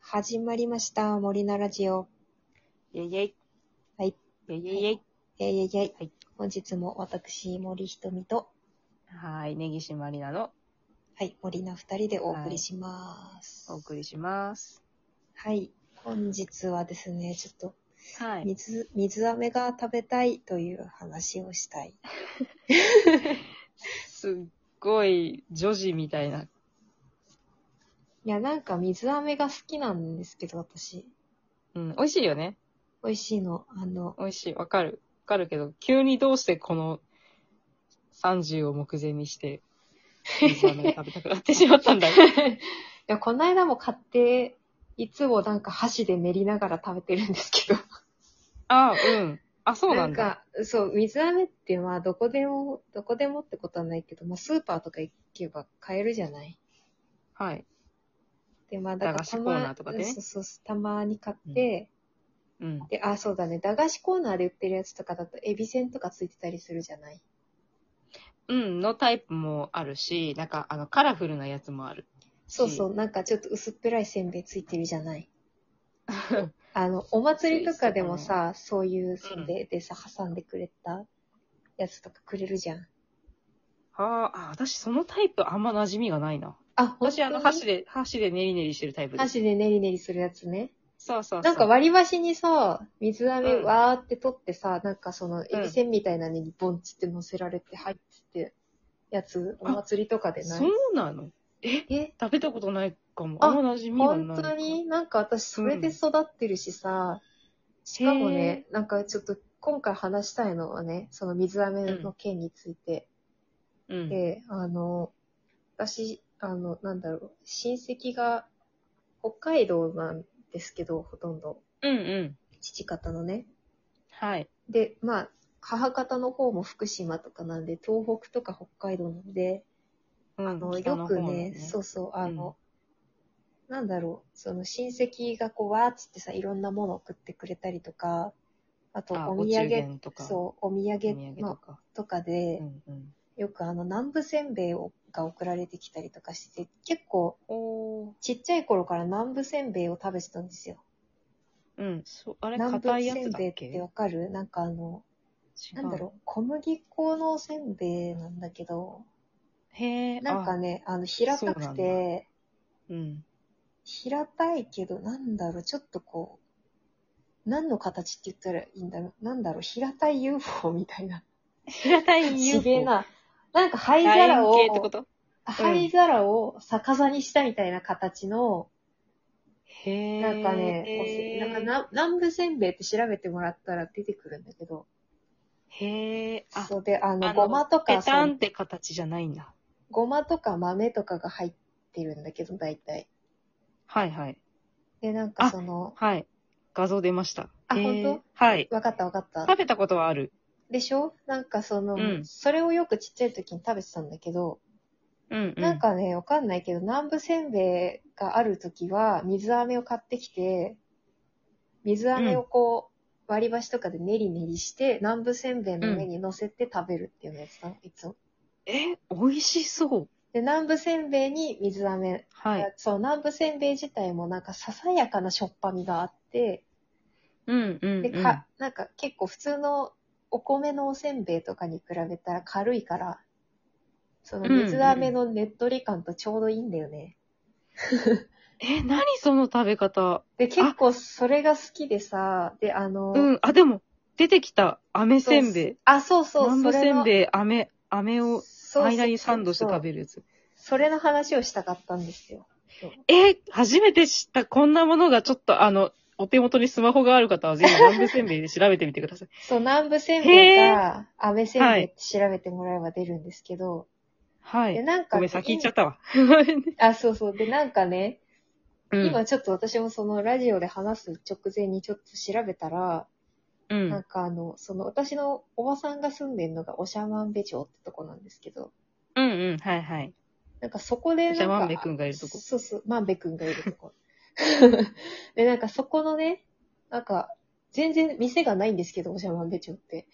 始まりました。森菜ラジオ。イェイイェイ。はい。イェイイェイイェイ。えいえいえい。はい本日も私、森ひとみと、はい。根岸まりなのはい、森菜二人でお送りします。お送りします。はい。本日はですね、ちょっと、はい。水、水飴が食べたいという話をしたい。すっごい女児みたいな。いや、なんか水飴が好きなんですけど、私。うん。美味しいよね。美味しいの。あの、美味しい。わかる。わかるけど、急にどうしてこの30を目前にして、水飴が食べたくなってしまったんだよ。 いや、この間も買って、いつもなんか箸で練りながら食べてるんですけど。ああ、うん。あ、そうなんだ。か、そう、水飴ってまあどこでも、どこでもってことはないけど、まあスーパーとか行けば買えるじゃない。はい。で、まあだか駄ら菓子たコまーナーとかでねそうそうそう、たまに買って、うん。で、あ、そうだね、駄菓子コーナーで売ってるやつとかだと、エビせんとかついてたりするじゃない。うん。のタイプもあるし、なんか、あの、カラフルなやつもあ る。そうそう、なんかちょっと薄っぺらいせんべいついてるじゃない。あの、お祭りとかでもさ、そういうせんべいでさ、挟んでくれたやつとかくれるじゃん。はあ、あ私そのタイプあんま馴染みがないな。あ、私あの本当箸にで、箸でネリネリしてるタイプです。箸でねりねりするやつね。そうそうそう。なんか割り箸にさ、水飴うんわーって取ってさ、なんかその、エビせんみたいなのにボンチって乗せられて入ってて、やつ、おあ祭りとかでないそうなのえ、食べたことないかも。ああんま馴染みがない。本当になんか私それで育ってるしさ、しかもね、なんかちょっと今回話したいのはね、その水飴の件について。うん。で、あの、私、あの、なんだろう、親戚が北海道なんですけど、ほとんど、うんうん。父方のね。はい。で、まあ、母方の方も福島とかなんで、東北とか北海道なんで、うんあの、北よの方くなのね、そうそう、あの、なんだろう、その親戚がこう、わーっつってさ、いろんなものを送ってくれたりとか、あと、あお土お中産元とかそう、お土お土産産とのか。とかうで、んうん。よくあの、南部せんべいをが送られてきたりとかしてて、結構、おー。ちっちゃい頃から南部せんべいを食べてたんですよ。うん。そう、あれ、南部硬いやせつんだっべいっけてわかるなんかあの、違なんだろう、小麦粉のせんべいなんだけど、う。へえ。なんかあ、ね、あの、平たそうなくんだて、うん。平たいけど、なんだろう、ちょっとこう、何の形って言ったらいいんだろう、なんだろう、平たい UFO みたい な。平た いちげえ UFO。な。なんか灰楕皿円を形ってこと灰皿を逆さにしたみたいな形の、へえ。なんかね、おせなんかな南部せんべいって調べてもらったら出てくるんだけど、へえ。あ、そうで、ああの、のごまとペか、タそンっうて形じゃないんだ。ごまとか豆とかが入ってるんだけど、大体。はいはい。で、なんかあその、はい。画像出ました。あへー本はい。わかったわかった食。べたことはある。でしょなんかその、うんそれをよくちっちゃい時に食べてたんだけど、うん、うん。なん、かね、わかんないけど、南部せんべいがある時は、水飴を買ってきて、水飴をこう、割り箸とかで練り練りして、南部せんべいの上に乗せて食べるっていうのやつだ、いつも。え、美味しそう。で、南部せんべいに水飴、はい。そう、南部せんべい自体もなんかささやかなしょっぱみがあって、うん、うん、でうん。か、なんか結構普通のお米のおせんべいとかに比べたら軽いから、その水飴のねっとり感とちょうどいいんだよね。え、何その食べ方。で、結構それが好きでさ、で、あの、うん、あ、でも、出てきた、飴せんべい。あ、そうそう、南部せんいべい、飴、飴を間にサンドして食る。べるやつ。それの話をしたかったんですよ。え、初めて知った、こんなものがちょっと、あの、お手元にスマホがある方は、ぜひ南部せんべいで調べてみてください。そう、南部せんべいが、飴せんべいって調べてもらえば出るんですけど、 はで、い。なんか、ごめん、先行っちゃった わ。あ、そうそう。で、なんかね、うん今ちょっと私もそのラジオで話す直前にちょっと調べたら、うなんん。かあの、その私のおばさんが住んでるのがおしゃまんべ町ってとこなんですけど、うん、うん、はい、はい。なんかそこでなんか、おしゃまんべくんがいるとこそうそう、まんべくんがいるとこ。 で、なんかそこのね、なんか、全然店がないんですけど、おしゃまんべ町って。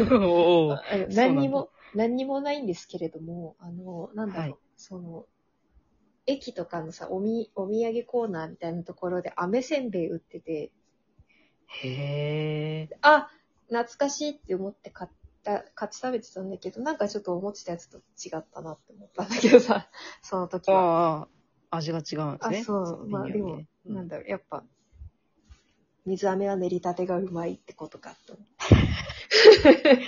おーあのそうなんだ何にも、何にもないんですけれども、あの、なんだろう、はいその、駅とかのさ、おみ、お土産コーナーみたいなところで飴せんべい売ってて、へえ。あ、懐かしいって思って買った、買って食べてたんだけど、なんかちょっと思ってたやつと違ったなって思ったんだけどさ、 その時は。ああ、味が違うんですね。あそうまあによるねうんなんだろう、やっぱ、水飴は練りたてがうまいってことかと思って。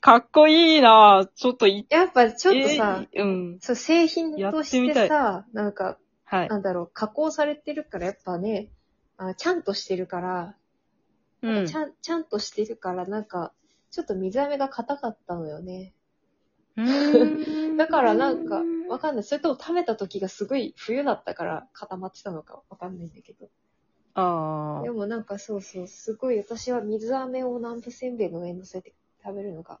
かっこいいなぁちょっとい、やっぱちょっとさ、えーうん。そう、製品としやってみてたさ、なんか、はい。なんだろう、加工されてるから、やっぱね、あちゃんとしてるから、うんち。ゃん、ちゃんとしてるから、なんか、ちょっと水飴が硬かったのよね。うんだからなんか、わかんない。それとも食べた時がすごい冬だったから固まってたのかわかんないんだけど。あであ。もなんかそうそう、すごい私は水飴を南部せんべいの上に乗せて食べるのが、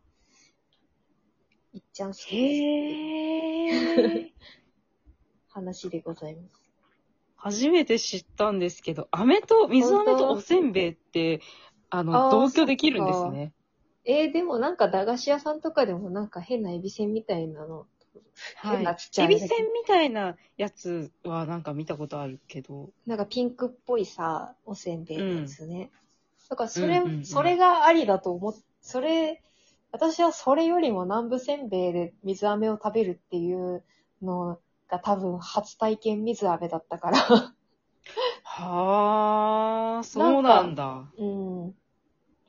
いっちゃん好きです。へえ。話でございます。初めて知ったんですけど、飴と、水飴とおせんべいって、あの、あー同居できるんですね。えー、でもなんか駄菓子屋さんとかでもなんか変なエビせんみたいなの。は変なちっちい。ゃいエビせんみたいなやつはなんか見たことあるけど。なんかピンクっぽいさ、おせんべいのやつね。だからそれ、うんうんうんそれがありだと思っ、それ、私はそれよりも南部せんべいで水飴を食べるっていうのが多分初体験水飴だったから。はあ、そうなんだ。うん。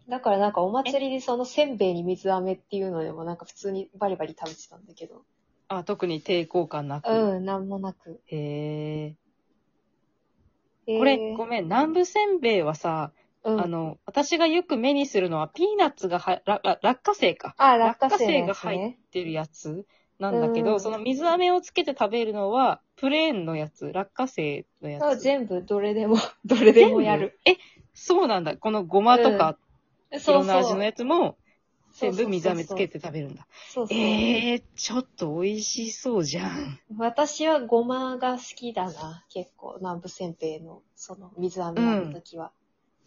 だからなんかお祭りでそのせんべいに水飴っていうのでもなんか普通にバリバリ食べてたんだけど。あ、特に抵抗感なく。うん、なんもなく。へえ。えーこれ、ごめん、南部せんべいはさ、うん、あの、私がよく目にするのは、ピーナッツがは、らら落花生か。あ、落花落花生生のやがつ入っね。てるやつなんだけうど、んその水飴をつけて食べるのは、プレーンのやつ、落花生のやあつ。全部、どれでも、どれでもやる。全部。え、そうなんだ。このごまとか、いろんな味のやつも、そうそう全部水飴つけて食べるんだ。そうそう。えー、ちょっと美味しそうじゃん。私はごまが好きだな。結構、南部せんべいの、その、水飴やるときは、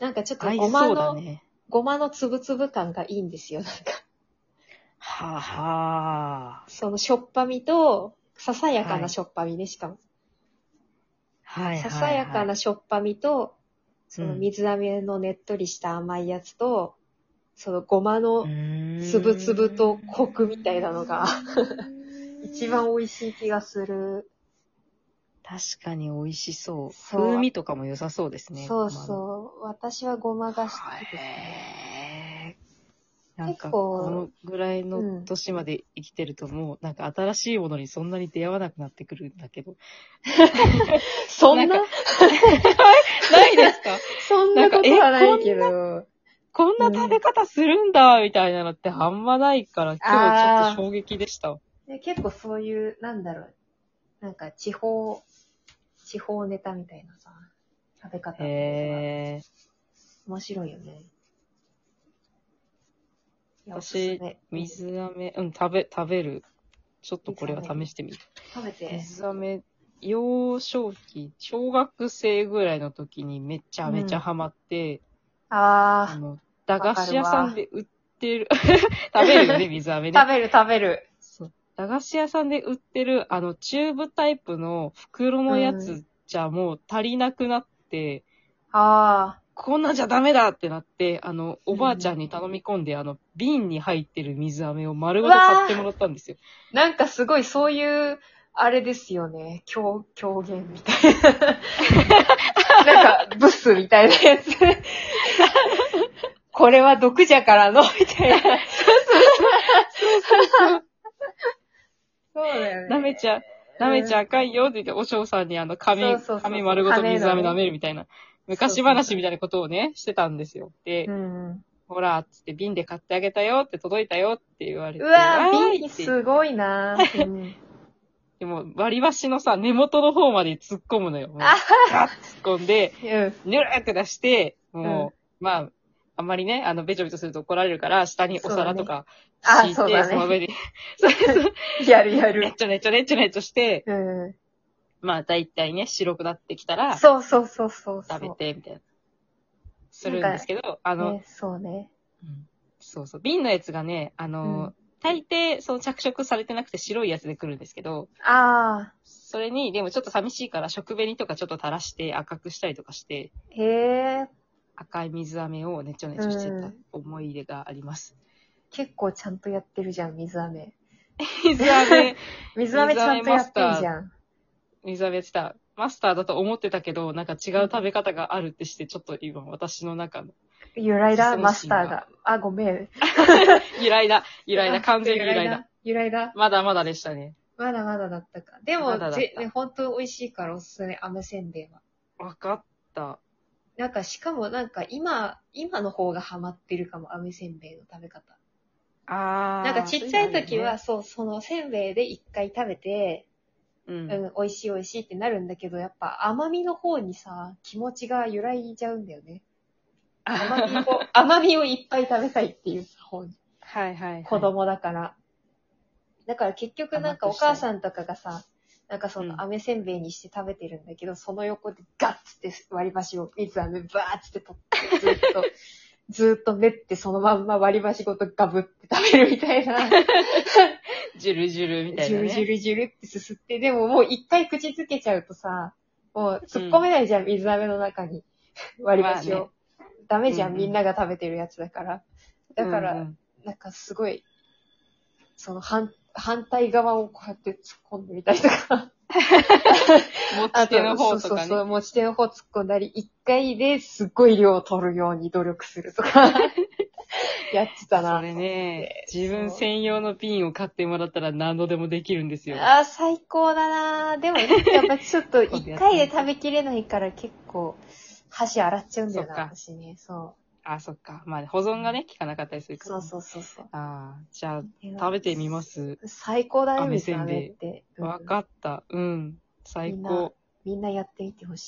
なんかちょっと合いごまそうの、だね。ごまのつぶつぶ感がいいんですよ。なんか、 はあはあ。そのしょっぱみと、ささやかはないしょっぱみね、しかも。はいはい、はい。ささやかなしょっぱみと、そのうん水飴のねっとりした甘いやつと、そのごまのつつぶつぶとコクみたいなのが一番美味しい気がする。確かに美味しそう。そう風味とかも良さそうですね。そうそう。私はごまごまがの好きですね。へーなんか、結構このぐらいの年まで生きてるともう、なんか新しいものにそんなに出会わなくなってくるんだけど。 そんな、なんないで すかそんなことはないけど。こんな食べ方するんだ、みたいなのってあんまないから、今日ちょっと衝撃でした。で結構そういう、なんだろう。なんか地方、地方ネタみたいなさ、食べ方っていうのがへえ。面白いよね。いやおすす私め、水飴、うん、食べ、食べる。ちょっとこれは試してみる。食べて。水飴、幼少期、小学生ぐらいの時にめちゃめちゃハマって、ああの、駄菓子屋さんで売ってる、 食べるよね、水飴ー、ね食。べる食べる。そう駄菓子屋さんで売ってる、あの、チューブタイプの袋のやつじゃもう足りなくなって、あこんなんじゃダメだってなって、あの、おばあちゃんに頼み込んで、あの、瓶に入ってる水飴を丸ごと買ってもらったんですよ。ー、なんかすごいそういう、あれですよね。狂、狂言みたいな。なんか、ブスみたいなやつ。これは毒じゃからの、みたいな。そうそうそう。そうだよ舐めちゃ、舐めちゃあかんよって言って、お嬢さんにあの、紙そうそうそう、紙丸ごと水飴羽の舐ねめるみたいな、昔話みたいなことをね、してたんですよ。で、うん。ほら、つって瓶で買ってあげたよって届いたよって言われて。うわーぁ、いビーって。すごいなぁ。うんでも、割り箸のさ、根元の方まで突っ込むのよ。もうあガッ突っ込んで、うん。ぬるーって出して、もう、まあ、あんまりね、あの、べちょべちょすると怒られるから、下にお皿とかそうだね敷いあそうて、だそ,、ね の上に、そうそうやるやねっる。ちょねっちょねっちょねっちょして、うん。まあ、だいたいね、白くなってきたら、そうそうそうそうそう。食べて、みたいな。するんですけど、あの、ね、そうね。うんそうそう、瓶のやつがね、あの、大抵、その着色されてなくて白いやつで来るんですけど、ああ、それに、でもちょっと寂しいから、食紅とかちょっと垂らして赤くしたりとかして、へえ、赤い水飴をねちょねちょしてた思い入れがあります。結構ちゃんとやってるじゃん、水飴。水飴、水飴ちゃんとやってるじゃん。水飴ってた。マスターだと思ってたけど、なんか違う食べ方があるってして、ちょっと今私の中の、由来だ、水飴マスターが。あ、ごめん。由来だ、由来だ、あ完全に由来だ。。由来だ。まだまだでしたね。まだまだだったか。でも、まだだったぜね、本当美味しいからおすすめ、飴せんべいは。わかった。なんか、しかもなんか今、今の方がハマってるかも、飴せんべいの食べ方。あーなんかちっちゃい時は、そそう、そのせんべいで一回食べて、、ういううんのあるよね美味しい美味しいってなるんだけど、やっぱ甘みの方にさ、気持ちが揺らいじゃうんだよ ね。甘みを、甘みをいっぱい食べたいっていう方にはいはいはい。子。供だから。だから結局なんかお甘くしたい母さんとかがさ、なんかそうんの飴せんべいにして食べてるんだけど、その横でガッつって割り箸を、水飴バーッつって取って、ずっ と、ずーっと練ってそのまんま割り箸ごとガブって食べるみたいな。ジュルジュルみたいジな、ュね。ルジュルジュルってすすって、でももう一回口づけちゃうとさ、もう突っ込めないじゃん、水飴の中に。割り箸を。まあねダメじゃん、うんうんみんなが食べてるやつだから。だから、うんうんなんかすごい、その反、反対側をこうやって突っ込んでみたりと か。持ち手の方そとうそうかねそ。う、持ち手の方突っ込んだり、一回ですっごい量を取るように努力すると か、やってたな。それね、自分そう専用の瓶を買ってもらったら何度でもできるんですよ。あー最高だなーでも、やっぱちょっと一回で食べきれないから結構、箸洗っちゃうんだよな、そっか私ね。そあ、そっか。まあ、保存がね、効かなかったりするう。からそね、うそうそうそう。ああ、じゃあ、食べてみます。最高だよ、飴水せんべい飴って。うんわかった。うん。最みんな高。みんなやってみてほしい。